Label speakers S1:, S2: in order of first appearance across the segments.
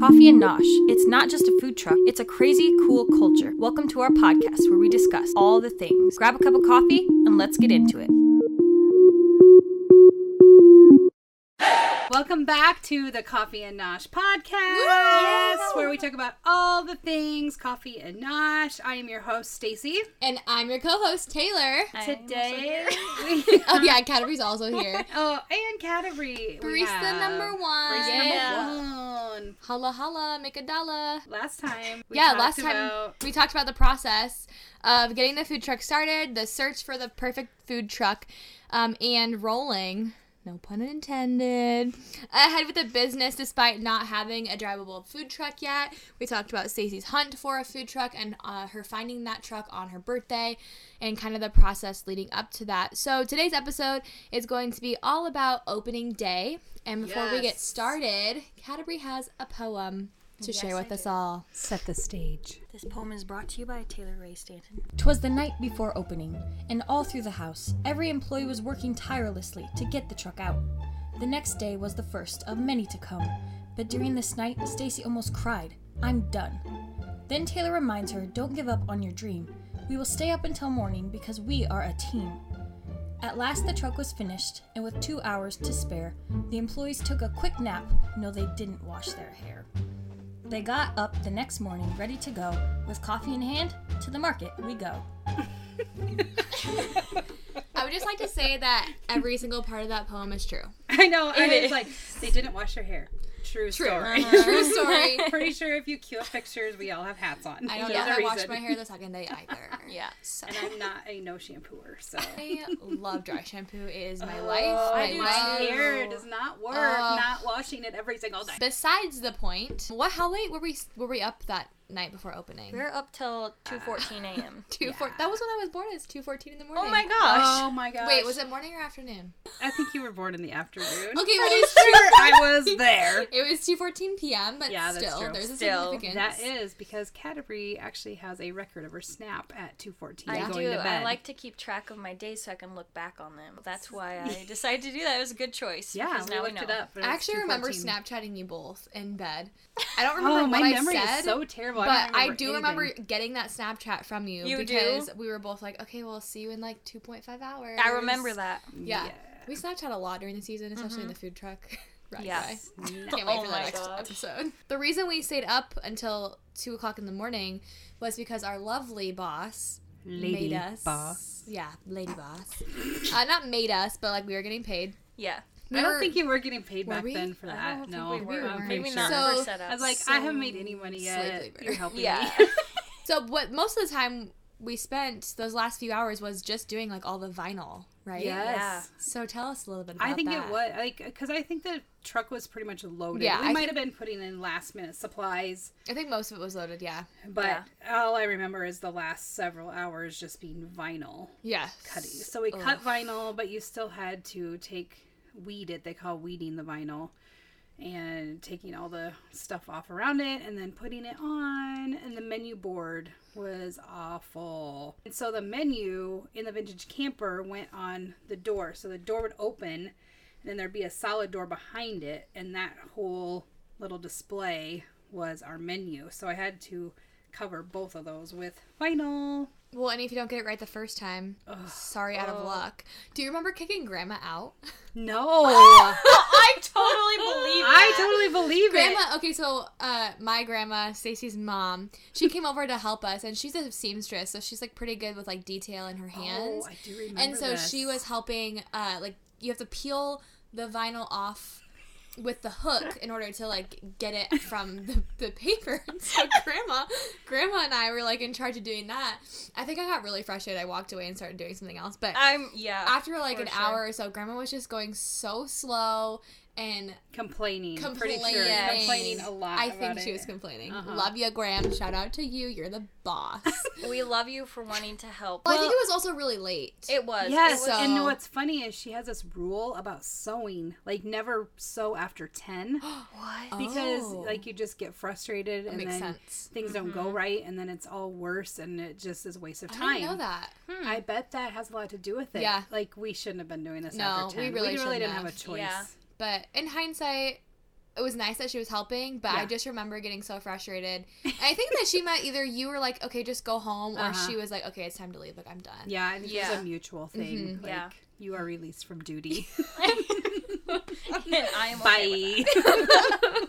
S1: Coffee and Nosh. It's not just a food truck, it's a crazy, cool culture. Welcome to our podcast where we discuss all the things. Grab a cup of coffee and let's get into it.
S2: Welcome back to the Coffee and Nosh podcast, where we talk about all the things coffee and nosh. I am your host, Stacy.
S3: And I'm your co-host Taylor.
S2: Today,
S3: Oh yeah, Cadbury's also here.
S2: oh, and Cadbury, we
S3: Barista
S2: have-
S3: number one.
S2: Barista
S1: Yeah.
S2: number one.
S3: Holla holla, make a dollar.
S2: Last time, we
S3: yeah,
S2: talked
S3: last time
S2: about-
S3: we talked about the process of getting the food truck started, the search for the perfect food truck, um, and rolling. No pun intended. Ahead with the business despite not having a drivable food truck yet. We talked about Stacey's hunt for a food truck and uh, her finding that truck on her birthday and kind of the process leading up to that. So today's episode is going to be all about opening day. And before we get
S2: Yes.
S3: started, Cadbury has a poem to share with us all.
S4: Set the stage.
S1: This poem is brought to you by Taylor Ray Stanton. 'Twas the night before opening, and all through the house, every employee was working tirelessly to get the truck out. The next day was the first of many to come, but during this night, Stacy almost cried, I'm done. Then Taylor reminds her, Don't give up on your dream. We will stay up until morning because we are a team. At last, the truck was finished, and with two hours to spare, the employees took a quick nap. No, they didn't wash their hair. They got up the next morning, ready to go. With coffee in hand, to the market we go.
S3: I would just like to say that every single part of that poem is true.
S2: I know. I
S3: It
S2: was like, they didn't wash their hair. True, Uh-huh. story.
S3: True Uh-huh. story.
S2: Pretty sure if you queue up pictures, we all have hats on.
S3: I don't
S2: There's
S3: know
S2: a
S3: that I washed
S2: reason.
S3: my hair the second day either. yeah. So.
S2: And I'm not a no shampooer, so.
S3: I love dry shampoo. It is my life.
S2: Oh, I
S3: My
S2: do
S3: life.
S2: hair does not work.
S3: Ugh.
S2: not washing it every single day.
S3: Besides the point, what? How late were we? Were we up that night before opening?
S1: We're up till 2:14 a.m.
S3: Two four. That was when I was born. It's two fourteen in the morning.
S1: Oh my gosh!
S2: Oh my gosh!
S3: Wait, was it morning or afternoon?
S2: I think you were born in the afternoon.
S3: Okay, well, it was two.
S2: I was there.
S3: It was two fourteen p.m. But
S2: Yeah, that's
S3: still,
S2: true.
S3: there's a
S1: Still,
S3: significance.
S2: That is because Cadbury actually has a record of her snap at 2:14
S1: I
S2: going
S1: do.
S2: to bed.
S1: I like to keep track of my days so I can look back on them. That's why I decided to do that. It was a good choice.
S2: yeah,
S1: because
S2: we
S1: now
S2: looked
S1: we know.
S2: it up. but it
S3: I
S2: was
S3: actually remember
S2: 2:14.
S3: Snapchatting you both in bed. I don't remember
S2: Oh,
S3: what
S2: my
S3: I
S2: memory
S3: said,
S2: is so terrible. I
S3: but
S2: don't
S3: I,
S2: remember
S3: do remember
S2: anything.
S3: getting that Snapchat from you,
S1: You do?
S3: because we were both like, okay, we'll see you in like 2.5 hours.
S1: I remember that. Mm-hmm.
S3: Yeah.
S2: Yeah.
S3: We Snapchat a lot during the season, especially in the food truck. ride by.
S1: Yes.
S3: Can't wait
S1: Oh
S3: for the
S1: my
S3: next
S1: gosh.
S3: episode. The reason we stayed up until two o'clock in the morning was because our lovely boss
S2: Lady
S3: made us.
S2: boss.
S3: Yeah, lady boss. uh, not made us, but like we were getting paid.
S1: Yeah.
S3: We
S2: I
S3: were-
S2: don't think you were getting paid
S3: Were
S2: back
S3: we?
S2: then for
S3: I
S2: that.
S3: don't think
S2: no,
S3: we were.
S2: I'm pretty
S1: Maybe
S2: sure.
S1: not
S3: So-
S1: for setup.
S2: I was like, I haven't made any money yet.
S3: labor.
S2: You're helping
S1: yeah.
S2: me.
S3: So, what most of the time we spent those last few hours was just doing like all the vinyl, right?
S1: Yeah.
S2: Yes.
S3: So tell us a little bit about
S2: I think
S3: that.
S2: it was like because I think the truck was pretty much loaded.
S3: Yeah,
S2: we
S3: I
S2: might
S3: think-
S2: have been putting in last minute supplies,
S3: I think most of it was loaded. Yeah.
S2: but
S1: Yeah.
S2: all I remember is the last several hours just being vinyl
S3: Yeah.
S2: cutting. So we cut vinyl, but you still had to take weed it. They call weeding the vinyl. And taking all the stuff off around it and then putting it on. And the menu board was awful. And so the menu in the vintage camper went on the door. So the door would open and then there'd be a solid door behind it. And that whole little display was our menu. So I had to cover both of those with vinyl.
S3: Well, and if you don't get it right the first time, sorry, out of luck. Do you remember kicking Grandma out?
S2: No!
S1: I totally believe
S2: I totally believe it.
S3: grandma. Okay, so uh, my grandma, Stacy's mom, she came over to help us, and she's a seamstress, so she's like pretty good with like detail in her hands.
S2: Oh, I do remember
S3: and so she
S2: this.
S3: was helping. Uh, like you have to peel the vinyl off with the hook in order to like get it from the, the paper. And so grandma, grandma and I were like in charge of doing that. I think I got really frustrated. I walked away and started doing something else, but
S2: Oh,
S1: I'm yeah.
S3: after like
S1: for
S3: an
S1: sure.
S3: hour or so, grandma was just going so slow and
S2: complaining.
S3: complaining.
S2: Pretty sure. Complaining a lot.
S3: I think
S2: about
S3: she
S2: it.
S3: was complaining.
S2: Uh-huh.
S3: Love you, Graham. Shout out to you. You're the boss. well,
S1: we love you for wanting to help.
S3: I think it was also really late.
S1: It was.
S2: Yes,
S1: It
S3: So-
S1: was
S2: and what's funny is she has this rule about sewing, like never sew after ten,
S1: what?
S2: because
S3: Oh.
S2: like you just get frustrated and
S3: makes
S2: then
S3: sense.
S2: things don't go right, and then it's all worse, and it just is a waste of
S3: I
S2: time.
S3: didn't know that.
S2: I bet that has a lot to do with it.
S3: Yeah.
S2: like we shouldn't have been doing this
S3: No,
S2: after
S3: we
S2: ten.
S3: really
S2: really
S3: shouldn't
S2: didn't have
S3: have.
S2: a choice.
S1: Yeah.
S3: But in hindsight, it was nice that she was helping, but I
S2: Yeah.
S3: just remember getting so frustrated. And I think that she meant either you were like, okay, just go home, or
S2: Uh-huh.
S3: she was like, okay, it's time to leave. Like, I'm done.
S2: Yeah, and yeah.
S1: Yeah.
S2: a mutual thing.
S3: Mhm.
S2: Like,
S1: Yeah.
S2: You are released from duty.
S1: and I am okay with
S2: Bye.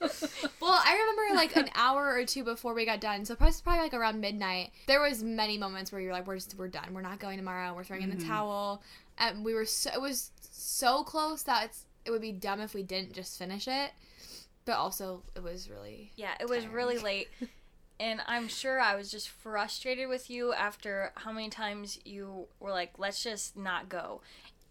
S3: Well, I remember like an hour or two before we got done, so probably, probably like around midnight. There was many moments where you're like, we're just we're done. We're not going tomorrow. We're throwing in
S2: Mm-hmm.
S3: the towel. And we were so it was so close that it's, it would be dumb if we didn't just finish it. But also, it was really
S1: Yeah, it was really late. And I'm sure I was just frustrated with you after how many times you were like, let's just not go.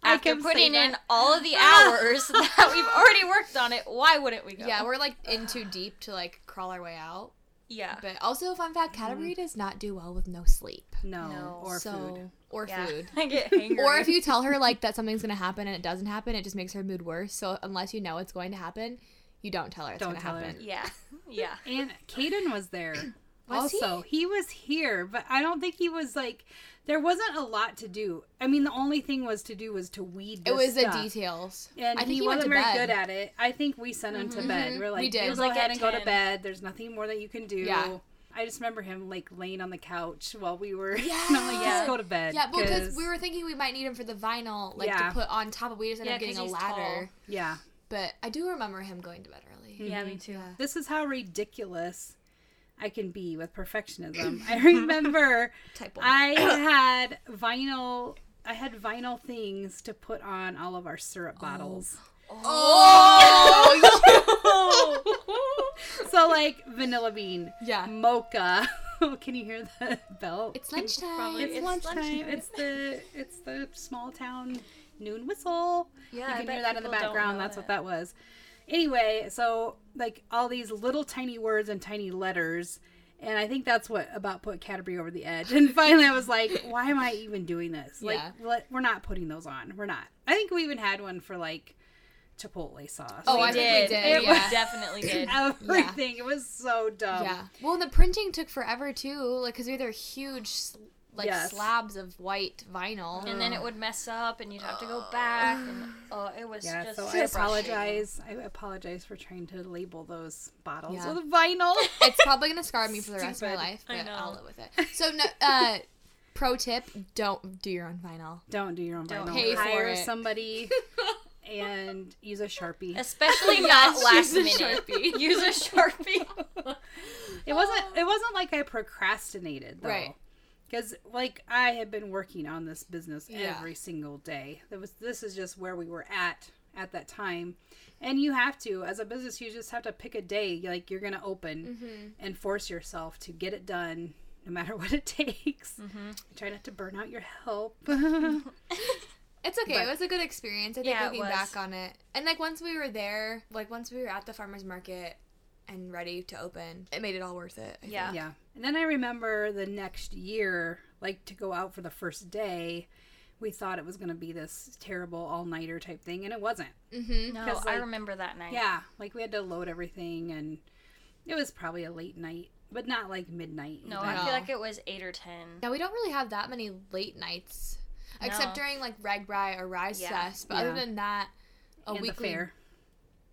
S2: I
S1: After
S2: can say
S1: putting in
S2: that.
S1: all of the hours that we've already worked on it, why wouldn't we go?
S3: yeah. We're like in too deep to like crawl our way out.
S1: yeah.
S3: But also, fun fact: Canterbury does not do well with no sleep.
S2: No,
S1: No.
S2: Mm-hmm. or
S3: so
S2: food.
S3: or
S1: Yeah.
S3: food.
S1: I get hangry.
S3: Or if you tell her like that something's gonna happen and it doesn't happen, it just makes her mood worse. So unless you know it's going to happen, you don't tell her it's
S2: Don't
S3: gonna
S2: tell her.
S3: happen.
S1: Yeah. Yeah.
S2: And Caden was there.
S3: Was he?
S2: also, he? was here, but I don't think he was like. There wasn't a lot to do. I mean, the only thing was to do was to weed.
S3: It
S2: this
S3: was the
S2: stuff.
S3: details.
S2: And
S3: I think
S2: he,
S3: he, went
S2: wasn't
S3: to
S2: very
S3: bed.
S2: good
S3: Mm-hmm.
S2: at it. I think we sent him to bed. We're like,
S3: We did.
S2: "You
S3: It was
S2: go
S1: like
S2: ahead
S1: at
S2: and go to
S1: 10.
S2: bed. There's nothing more that you can do.
S3: Yeah.
S2: I just remember him like laying on the couch while we were. and I'm like,
S3: Yeah.
S2: just go to bed.
S3: Yeah, because we were thinking we might need him for the vinyl, like
S2: Yeah.
S3: to put on top of. We just ended
S1: Yeah,
S3: up getting
S1: 'cause
S3: a
S1: he's
S3: ladder.
S2: Yeah,
S3: But I do remember him going to bed early.
S1: Yeah,
S2: Mm-hmm.
S1: me too.
S2: this is how ridiculous I can be with perfectionism. I remember
S3: Type one.
S2: I had vinyl. I had vinyl things to put on all of our syrup bottles.
S3: oh,
S2: So like vanilla bean,
S3: Yeah.
S2: mocha. can you hear the bell?
S3: it's lunchtime.
S1: Probably-
S2: It's
S1: It's
S2: lunchtime.
S1: lunchtime.
S2: It's the it's the small town noon whistle.
S1: Yeah,
S2: you
S1: I
S2: can
S1: bet
S2: hear that in the
S1: people don't
S2: background.
S1: know
S2: That's what
S1: it.
S2: that was. Anyway, so like all these little tiny words and tiny letters, and I think that's what about put Canterbury over the edge. And finally, I was like, why am I even doing this? Like,
S3: Yeah.
S2: let- we're not putting those on. We're not. I think we even had one for like chipotle sauce.
S3: Oh,
S1: We
S3: I
S1: did.
S3: think we did.
S1: It
S3: yeah.
S1: was definitely did.
S2: everything. It was so dumb.
S3: Yeah. Well, and the printing took forever too, like because we had their huge, s- like
S2: Yes.
S3: slabs of white vinyl.
S1: And then it would mess up and you'd have to go back and oh it was
S2: Yeah,
S1: just
S2: so I
S1: frustrating.
S2: apologize. I apologize for trying to label those bottles
S3: Yeah.
S2: with vinyl.
S3: it's probably gonna scar me for the rest of my
S2: Stupid.
S3: life,
S1: I
S3: but
S1: know.
S3: I'll live with it. So, no, uh, pro tip: don't do your own vinyl.
S2: Don't do your own
S1: Don't
S2: vinyl.
S3: pay for
S2: Hire
S3: it.
S2: somebody and use a sharpie.
S1: Especially not last
S3: use a
S1: minute.
S3: Sharpie.
S1: Use a sharpie.
S2: It wasn't. It wasn't like I procrastinated though.
S3: Um, Right.
S2: Because like I had been working on this business
S3: Yeah.
S2: every single day. That was. This is just where we were at at that time. And you have to, as a business, you just have to pick a day like you're gonna open
S3: Mm-hmm.
S2: and force yourself to get it done, no matter what it takes.
S3: Mm-hmm.
S2: Try not to burn out your help.
S3: It's okay. it was a good experience. I think
S1: Yeah, it
S3: looking
S1: was.
S3: back on it, and like once we were there, like once we were at the farmers market and ready to open, it made it all worth it. I think.
S1: Yeah.
S2: Yeah. And then I remember the next year, like to go out for the first day, we thought it was going to be this terrible all nighter type thing, and it wasn't.
S1: No,
S2: 'Cause,
S1: I
S2: like-
S1: remember that night.
S2: Yeah. Like we had to load everything, and it was probably a late night, but not like midnight.
S1: No,
S2: either.
S1: I
S3: No.
S1: feel like it was eight or ten.
S3: Yeah, we don't really have that many late nights, except
S1: No.
S3: during like rag bri or rise
S1: Yeah.
S3: fest. But other
S2: Yeah.
S3: than that, a
S2: And the
S3: weekly
S2: fair.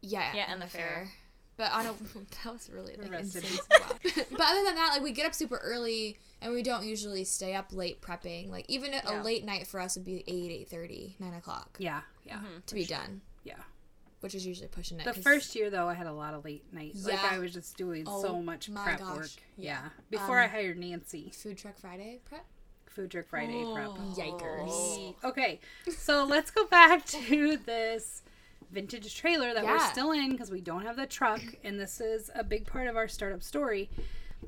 S3: Yeah,
S1: Yeah, and the fair.
S3: But on a that was really like,
S2: Rest in
S3: insane.
S2: peace.
S3: Wow. but other than that, like we get up super early and we don't usually stay up late prepping. Like even a- a
S1: Yeah.
S3: late night for us would be 8, 8.30, 9 o'clock
S2: Yeah. Yeah.
S3: to be done,
S2: Yeah.
S3: which is usually pushing it.
S2: The
S3: 'cause-
S2: first year though, I had a lot of late nights. Like
S3: Yeah.
S2: I was just doing
S3: Oh,
S2: so much
S3: my
S2: prep
S3: gosh. Um,
S2: work. Yeah. Before I hired Nancy,
S3: food truck Friday prep.
S2: Food Jerk Friday
S3: Oh.
S2: prep.
S3: Yikers!
S1: Oh.
S2: Okay, so let's go back to this vintage trailer that we're
S3: Yeah.
S2: still in because we don't have the truck, and this is a big part of our startup story.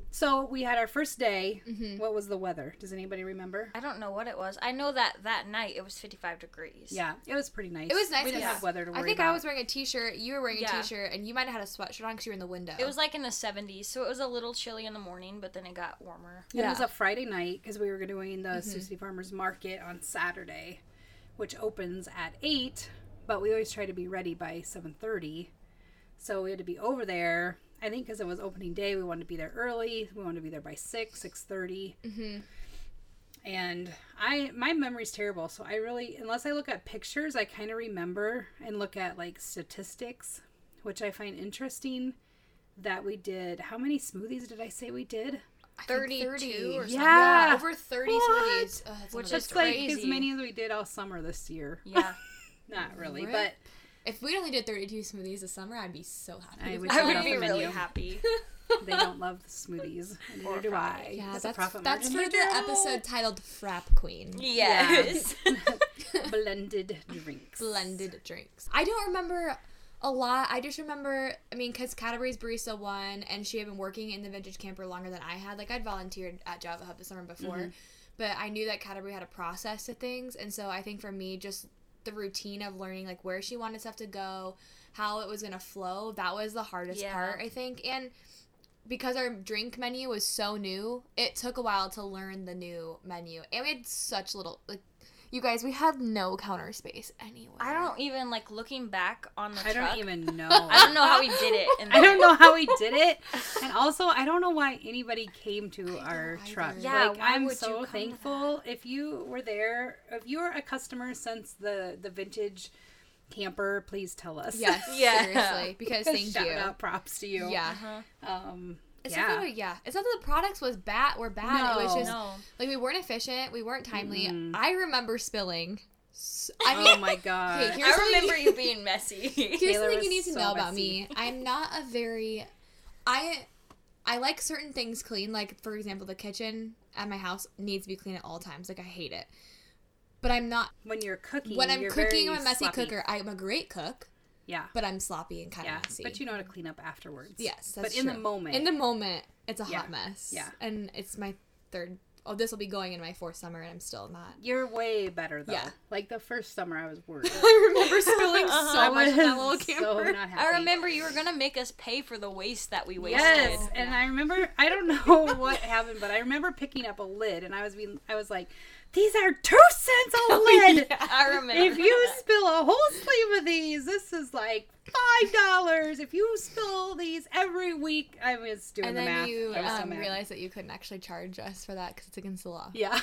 S2: So we had our first day.
S3: Mm-hmm.
S2: What was the weather? Does anybody remember?
S1: I don't know what it was. I know that that night it was 55 degrees.
S2: Yeah, it was pretty nice.
S3: It was nice.
S2: We didn't
S3: 'cause
S2: have weather to worry
S3: I think I
S2: about.
S3: was wearing a t-shirt. You were wearing a
S1: Yeah.
S3: shirt and you might have had a sweatshirt on because you were in the window.
S1: It was like in the 70s, so it was a little chilly in the morning, but then it got warmer.
S2: And It was
S3: Yeah.
S2: a Friday night because we were doing the Susie Farmers Market on Saturday, which opens at eight. But we always try to be ready by seven thirty, so we had to be over there. I think because it was opening day, we wanted to be there early. We wanted to be there by six, six And I, my memory's terrible, so I really, unless I look at pictures, I kind of remember and look at like statistics which I find interesting that we did. How many smoothies did I say we did?
S3: I think
S1: 32
S3: 30
S1: or something.
S2: Yeah.
S3: over 30
S2: What?
S3: smoothies. Ugh,
S1: Which
S3: that's another
S1: is
S2: It's
S3: story.
S2: like
S1: crazy.
S2: as many as we did all summer this year.
S1: Yeah.
S2: Not really,
S3: Right. If we only did 32 smoothies this summer, I'd be so happy.
S2: I
S3: with
S2: would
S3: that.
S1: I
S2: Check
S1: would
S2: out
S1: be
S2: the
S1: really
S2: menu.
S1: happy.
S2: but they don't love the smoothies. and Neither do I.
S3: yeah,
S2: It's a
S3: that's
S2: profit
S3: that's for
S2: margin.
S3: the episode titled "Frap Queen."
S1: Yes.
S2: blended drinks.
S3: Blended drinks. I don't remember a lot. I just remember, I mean, because Cadbury's barista won, and she had been working in the vintage camper longer than I had. Like I'd volunteered at Java Hub the summer before,
S2: Mm-hmm.
S3: but I knew that Cadbury had a process to things, and so I think for me, just the routine of learning like where she wanted stuff to go, how it was gonna flow, that was the hardest
S1: Yeah.
S3: part I think, and. because our drink menu was so new, it took a while to learn the new menu, and we had such little like. You guys, we had no counter space anywhere.
S1: I don't even like looking back on the
S2: I
S1: truck.
S2: don't even know.
S1: I don't know how we did it. And
S2: I don't know how we did it. And also, I don't know why anybody came to our
S3: either.
S2: truck.
S1: Yeah,
S2: like,
S1: why
S2: I'm
S1: would you
S2: so
S1: come to
S2: thankful. If you were there, if you are a customer since the the vintage camper, please tell us.
S3: Yes,
S1: Yeah.
S3: seriously, because thank
S2: Shout
S3: you.
S2: out, props to you.
S3: Yeah,
S2: Um.
S3: it's
S2: yeah.
S3: Not that, yeah. It's not that the products was bad. Were bad. it was
S2: No.
S3: just
S1: No.
S3: like we weren't efficient. We weren't timely. I remember spilling. s- I mean,
S2: oh my god.
S3: okay, here's
S1: I
S3: something-
S1: remember you being messy.
S3: Here's
S2: Taylor
S3: something you need
S2: was
S3: to
S2: so
S3: know about
S2: messy.
S3: me. I'm not a very I I like certain things clean, like for example, the kitchen at my house needs to be clean at all times. Like I hate it. But I'm not
S2: when you're cooking,
S3: when I'm
S2: you're
S3: cooking,
S2: very
S3: I'm a messy
S2: sloppy.
S3: cooker. I'm a great cook,
S2: Yeah.
S3: but I'm sloppy and kind of
S2: Yeah,
S3: messy.
S2: but you know how to clean up afterwards.
S3: yes,
S2: but
S3: that's
S2: in the
S3: true.
S2: moment,
S3: In the moment, it's a
S2: Yeah,
S3: hot mess.
S2: yeah.
S3: And it's my third oh, this will be going in my fourth summer and I'm still not
S2: you're way better though.
S3: Yeah.
S2: Like the first summer, I was worried.
S3: I remember spilling so much in Uh-huh. that little
S2: was
S3: camper.
S2: So not happy.
S1: I remember you were gonna make us pay for the waste that we wasted.
S2: Yes, and I remember I don't know what happened, but I remember picking up a lid, and I was being I was like, "These are two cents a
S3: Oh,
S2: lid.
S1: I remember.
S2: If you
S1: that.
S2: spill a whole sleeve of these, this is like five dollars. If you spill these every week, I was doing
S3: And
S2: the
S3: then
S2: math.
S3: you
S2: I was so
S3: um,
S2: mad.
S3: realized that you couldn't actually charge us for that because it's against the law.
S2: yeah,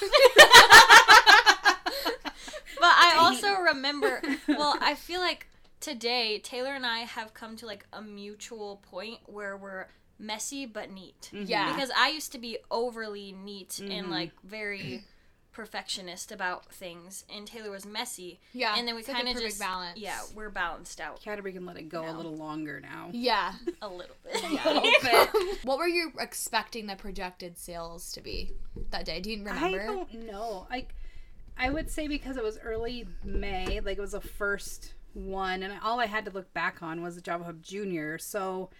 S1: But I also remember, well, I feel like today Taylor and I have come to like a mutual point where we're messy but neat.
S2: Mm-hmm.
S3: Yeah.
S1: Because I used to be overly neat and like very perfectionist about things, and Taylor was messy.
S3: Yeah,
S1: And then we
S3: it's like the
S1: kind of
S3: perfect
S1: just
S3: balance.
S1: Yeah, we're balanced out
S2: Canterbury can let it go a little longer now.
S3: Yeah.
S1: a little bit.
S3: what were you expecting the projected sales to be that day? Do you
S2: I
S3: remember?
S2: don't know. Like, I would say because it was early May, like it was the first one, and all I had to look back on was the Java Hub Junior. So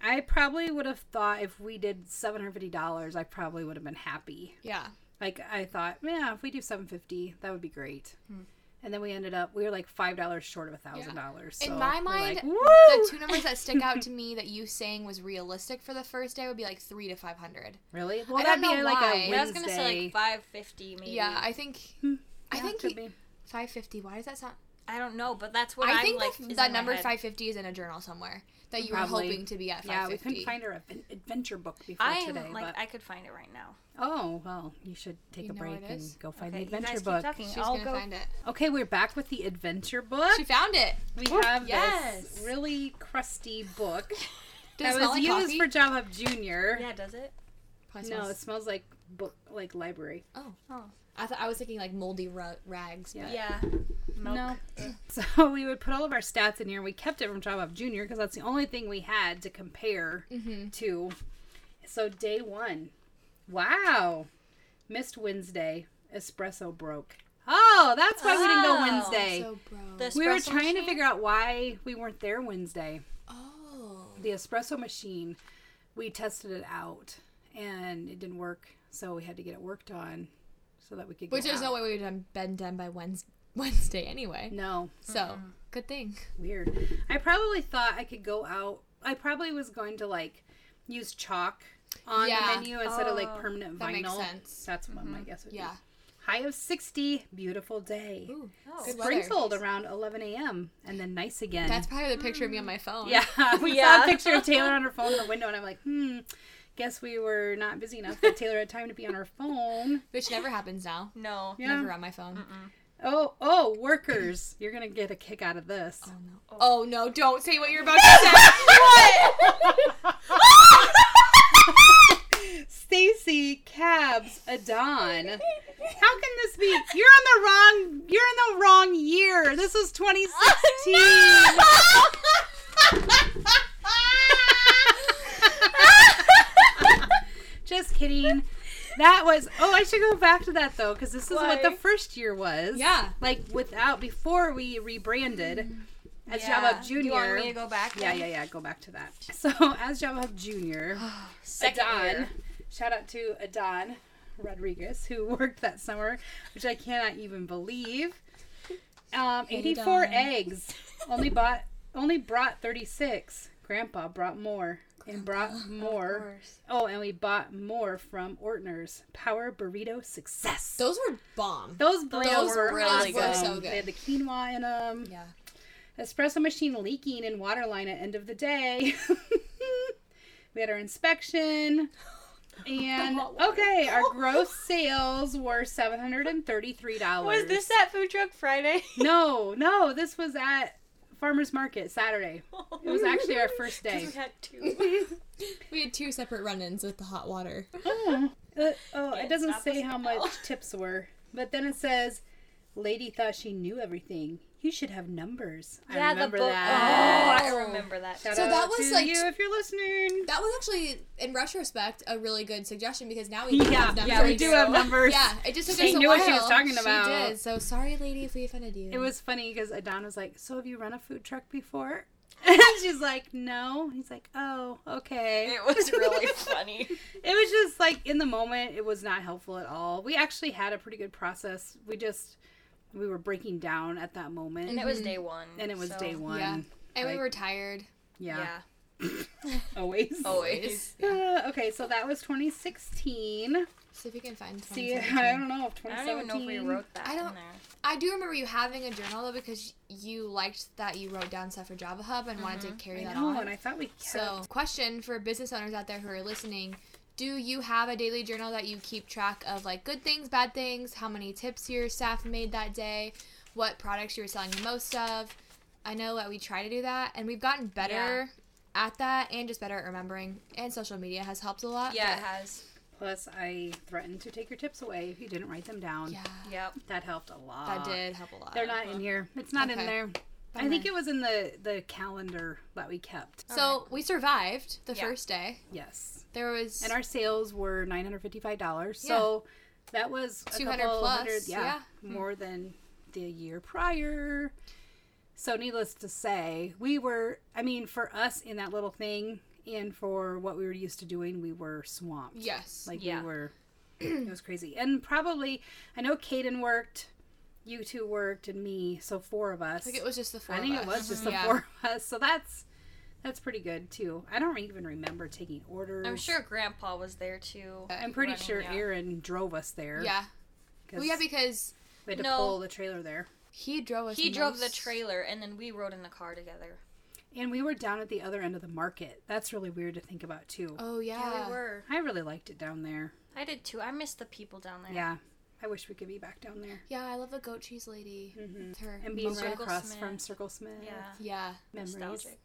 S2: I probably would have thought if we did seven hundred fifty dollars, I probably would have been happy.
S3: Yeah.
S2: Like I thought, yeah, if we do seven fifty, that would be great.
S3: Hmm.
S2: And then we ended up we were like five dollars short of a thousand dollars.
S3: In my mind, the two numbers that stick out to me that you saying was realistic for the first day would be like three to five hundred.
S2: really? Well,
S3: I
S2: that'd
S3: don't
S2: be
S3: know
S2: like
S3: why.
S2: a Wednesday.
S1: I was gonna say like five fifty maybe.
S3: Yeah, I think.
S2: Hmm.
S3: I think
S2: could be.
S3: five fifty. Why does that sound?
S1: I don't know, but that's what
S3: I
S1: I'm
S3: think
S1: like.
S3: that,
S1: is
S3: that
S1: in my
S3: number
S1: head.
S3: five fifty is in a journal somewhere that you were
S2: Probably.
S3: hoping to be at
S2: Yeah,
S3: five
S2: we
S3: fifty.
S2: couldn't find our adven- adventure book before
S1: I am
S2: today.
S1: like
S2: but...
S1: I could find it right now.
S2: Oh, well, you should take
S3: You
S2: a
S3: know
S2: break
S3: it
S2: and
S3: is?
S2: go find
S1: Okay,
S2: the adventure
S1: you guys
S2: book.
S1: Keep talking.
S3: She's
S1: I'll
S3: gonna
S1: go.
S3: find it.
S2: Okay, we're back with the adventure book.
S3: She found it.
S2: We have
S1: yes.
S2: this really crusty book
S3: Does it
S2: that was
S3: smell like
S2: used
S3: coffee?
S2: for Job Hub Junior.
S1: Yeah, does it?
S3: Probably
S2: No,
S3: smells-
S2: it smells like book, like library.
S3: I thought I was thinking like moldy ra- rags.
S2: Yeah.
S3: But
S1: Yeah.
S2: No. So we would put all of our stats in here. and We kept it from Job Hub Junior because that's the only thing we had to compare
S1: Mm-hmm.
S2: to. So day one, wow, missed Wednesday. Espresso broke. Oh, that's why we didn't go
S1: Oh,
S2: Wednesday.
S3: So bro.
S1: The
S2: We were
S1: espresso
S2: trying to
S1: machine?
S2: figure out why we weren't there Wednesday.
S3: oh.
S2: The espresso machine, we tested it out and it didn't work, so we had to get it worked on so that we could.
S3: Which
S2: go
S3: there's
S2: out.
S3: no way we would have been done by Wednesday, Wednesday anyway.
S2: No,
S3: So good thing.
S2: weird. I probably thought I could go out. I probably was going to like use chalk on
S3: Yeah. Oh,
S2: the menu instead of like permanent
S3: that
S2: vinyl.
S3: makes sense. Mm-hmm.
S2: That's what my guess would
S3: Yeah.
S2: be. High of 60, beautiful day.
S3: Ooh, good weather.
S2: Sprinkled around 11 a.m. and then nice again.
S3: That's probably the picture of me on my phone.
S2: Yeah, we saw
S1: Yeah.
S2: a picture of Taylor on her phone in the window, and I'm like, hmm, guess we were not busy enough that Taylor had time to be on her phone.
S3: Which never happens now.
S1: No.
S2: Yeah.
S3: Never on my phone.
S2: Oh, oh, workers. You're going to get a kick out of this.
S3: Oh no! Don't say what you're about to say.
S2: Stacy Cabs Adon. How can this be? You're on the wrong you're in the wrong year. This was 2016. Just kidding. That was Oh, I should go back to that though cuz this is what the first year was.
S3: Yeah.
S2: Like without before we rebranded as Java Junior.
S1: You want me to go back?
S2: Yeah,
S1: then?
S2: yeah, yeah. Go back to that. So as Java Hub Junior,
S1: Second
S2: Adon,
S1: year.
S2: shout out to Adon Rodriguez who worked that summer, which I cannot even believe. Um, eighty-four eggs. Only bought, only brought thirty-six. Grandpa brought more and brought more. Oh, and we bought more from Ortner's Power Burrito Success.
S3: Those were bomb.
S2: Those burritos
S3: Those
S2: were
S3: really
S2: awesome.
S3: were so
S2: They had
S3: good.
S2: the quinoa in them
S3: Yeah.
S2: espresso machine leaking and water line at end of the day. we had our inspection. And okay, our gross sales were seven hundred and thirty-three dollars.
S1: Was this at Food Truck Friday?
S2: No, no, this was at farmers market Saturday. It was actually our first day.
S1: we had two.
S3: We had two separate run-ins with the hot water.
S2: Oh, Uh, oh it doesn't
S1: stop
S2: say
S1: us
S2: how
S1: now.
S2: much tips were, but then it says, "Lady thought she knew everything. You should have numbers." I
S1: yeah, the
S2: remember
S1: book.
S2: that.
S1: Oh, I remember that.
S2: Shout
S3: So
S2: out
S3: that was
S2: to
S3: like-
S2: you if you're listening.
S3: That was actually, in retrospect, a really good suggestion because now we do
S2: Yeah,
S3: have numbers.
S2: yeah, we do have numbers.
S3: Yeah, it just took
S2: She
S3: us a
S2: knew
S3: while.
S2: what she was talking about.
S3: She did. So sorry, lady, if we offended you.
S2: It was funny because Adon was like, "So have you run a food truck before?" And she's like, "No." He's like, "Oh, okay."
S1: It was really funny.
S2: It was just like in the moment, it was not helpful at all. We actually had a pretty good process. We just we were breaking down at that moment,
S1: And it was day one.
S2: and it was
S1: so-
S2: day one.
S3: Yeah, and
S2: like-
S3: we were tired.
S2: Yeah,
S1: Yeah.
S2: always.
S1: Always.
S2: Uh, okay, so that was 2016.
S3: See if you can find.
S2: See,
S3: 2017.
S2: I don't know if
S1: I
S2: 2017.
S1: don't even know if we wrote that
S3: I
S1: in
S3: don't-
S1: there.
S3: I do remember you having a journal though because you liked that you wrote down stuff for Java Hub and wanted to carry
S2: Mm-hmm. I
S3: that
S2: know,
S3: on.
S2: and I thought we kept.
S3: So, question for business owners out there who are listening Do you have a daily journal that you keep track of, like good things, bad things, how many tips your staff made that day, what products you were selling the most of? I know that we try to do that, and we've gotten better
S1: Yeah.
S3: at that and just better at remembering, and social media has helped a lot.
S1: Yeah, it
S3: but-
S1: has.
S2: Plus, I threatened to take your tips away if you didn't write them down.
S3: Yeah.
S1: Yep.
S2: That helped a lot.
S3: That did help a lot.
S2: Uh, They're not in here. It's not in
S3: Okay.
S2: there. I think it was in the the calendar that we kept.
S3: So we survived the
S1: Yeah.
S3: first day.
S2: Yes,
S3: There was
S2: and our sales were nine hundred fifty five dollars. So that was a
S3: 200
S2: couple
S3: plus, Hmm.
S2: hundred- yeah, more than the year prior. So needless to say, we were. I mean, for us in that little thing, and for what we were used to doing, we were swamped.
S3: yes.
S2: Like
S1: Yeah.
S2: we were, it was crazy. And probably, I know Kaden worked, you two worked, and me. So four of us.
S3: I think it was just the four.
S2: I
S3: of
S2: think it
S3: us.
S2: was
S1: Mm-hmm,
S2: just the
S3: Yeah.
S2: four of us. So that's that's pretty good too. I don't even remember taking orders.
S1: I'm sure Grandpa was there too.
S2: I'm pretty
S1: running,
S2: sure
S1: yeah.
S2: Aaron drove us there.
S3: Yeah.
S2: because
S3: Well, yeah, because
S2: we had to
S1: no.
S2: pull the trailer there,
S3: he drove us.
S1: He drove the
S3: most.
S1: trailer, and then we rode in the car together.
S2: and we were down at the other end of the market. That's really weird to think about too.
S3: Oh yeah.
S1: Yeah, we were.
S2: I really liked it down there.
S1: I did too. I missed the people down there.
S2: Yeah, I wish we could be back down there
S3: Yeah, I love the goat cheese lady. It's Her
S2: Mm-hmm. and being right
S3: moment.
S1: Circle
S2: across
S1: Smith.
S2: from Circle Smith.
S1: Yeah.
S3: yeah.
S2: memories.
S1: Nostalgic.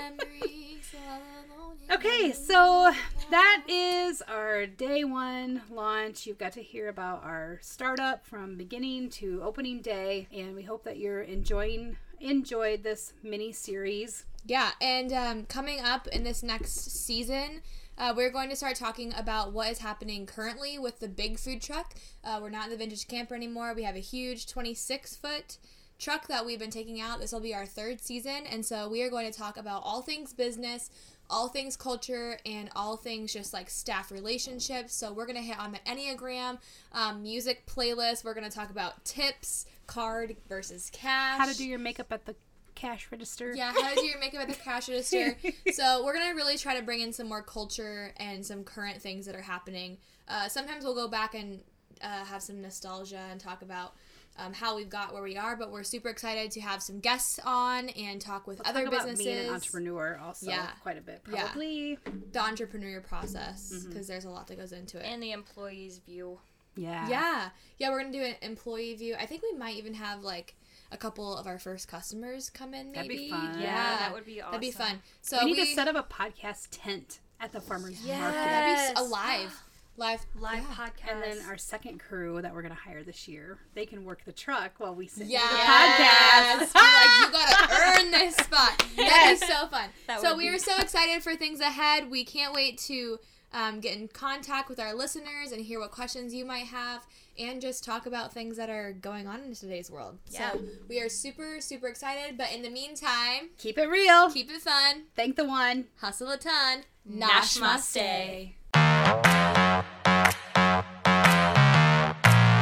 S3: Memories of a lonely-
S2: Okay, so that is our day one launch. You've got to hear about our startup from beginning to opening day, and we hope that you're enjoying enjoyed this mini series.
S3: Yeah, and um, coming up in this next season, uh, we're going to start talking about what is happening currently with the big food truck. Uh, we're not in the vintage camper anymore. We have a huge 26 foot truck that we've been taking out. This will be our third season, and so we are going to talk about all things business, all things culture, and all things just like staff relationships. So we're going to hit on the Enneagram, um, music playlist. We're going to talk about tips, card versus cash.
S2: How to do your makeup at the cash register.
S3: Yeah, how to do your makeup at the cash register. So we're gonna really try to bring in some more culture and some current things that are happening. Uh, sometimes we'll go back and uh, have some nostalgia and talk about um, how we've got where we are. But we're super excited to have some guests on and talk with
S2: Talk
S3: other
S2: about
S3: businesses,
S2: being an entrepreneur also
S3: Yeah.
S2: quite a bit
S3: Yeah.
S2: probably. Mm-hmm.
S3: the entrepreneur process, because there's a lot that goes into it.
S1: And the employee's view.
S2: Yeah.
S3: Yeah. Yeah, we're going to do an employee view. I think we might even have like a couple of our first customers come in maybe.
S2: That'd be fun.
S3: Yeah,
S1: Yeah, that would be
S3: That'd be
S1: awesome.
S3: fun. So
S2: We need to set up a podcast tent at the farmer's market.
S3: That'd be s-
S1: Yes.
S3: a live. Live
S1: Live
S3: yeah.
S1: podcast.
S2: And then our second crew that we're going to hire this year, they can work the truck while we sit in the podcast.
S3: Yes. We're like, you gotta earn this spot. That'd be so fun.
S1: That
S3: so
S1: would
S3: we
S1: be-
S3: are so excited for things ahead. We can't wait to um, get in contact with our listeners and hear what questions you might have and just talk about things that are going on in today's world.
S1: Yeah.
S3: So we are super, super excited. But in the meantime,
S2: Keep it real.
S3: keep it fun,
S2: Thank the one.
S3: hustle a ton,
S1: Nashmaste.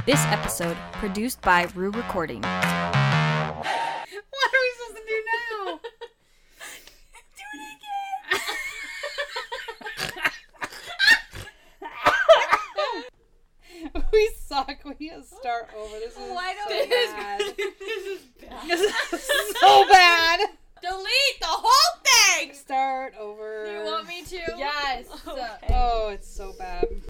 S1: This episode produced by Rue Recording.
S2: What are we supposed to do now? do it again. we suck. We need to start over. This
S3: Oh,
S2: is Why don't so bad. this is bad. This is so bad.
S3: Delete the whole thing.
S2: Start over.
S1: You want me to?
S3: Yes.
S2: Oh, it's so bad.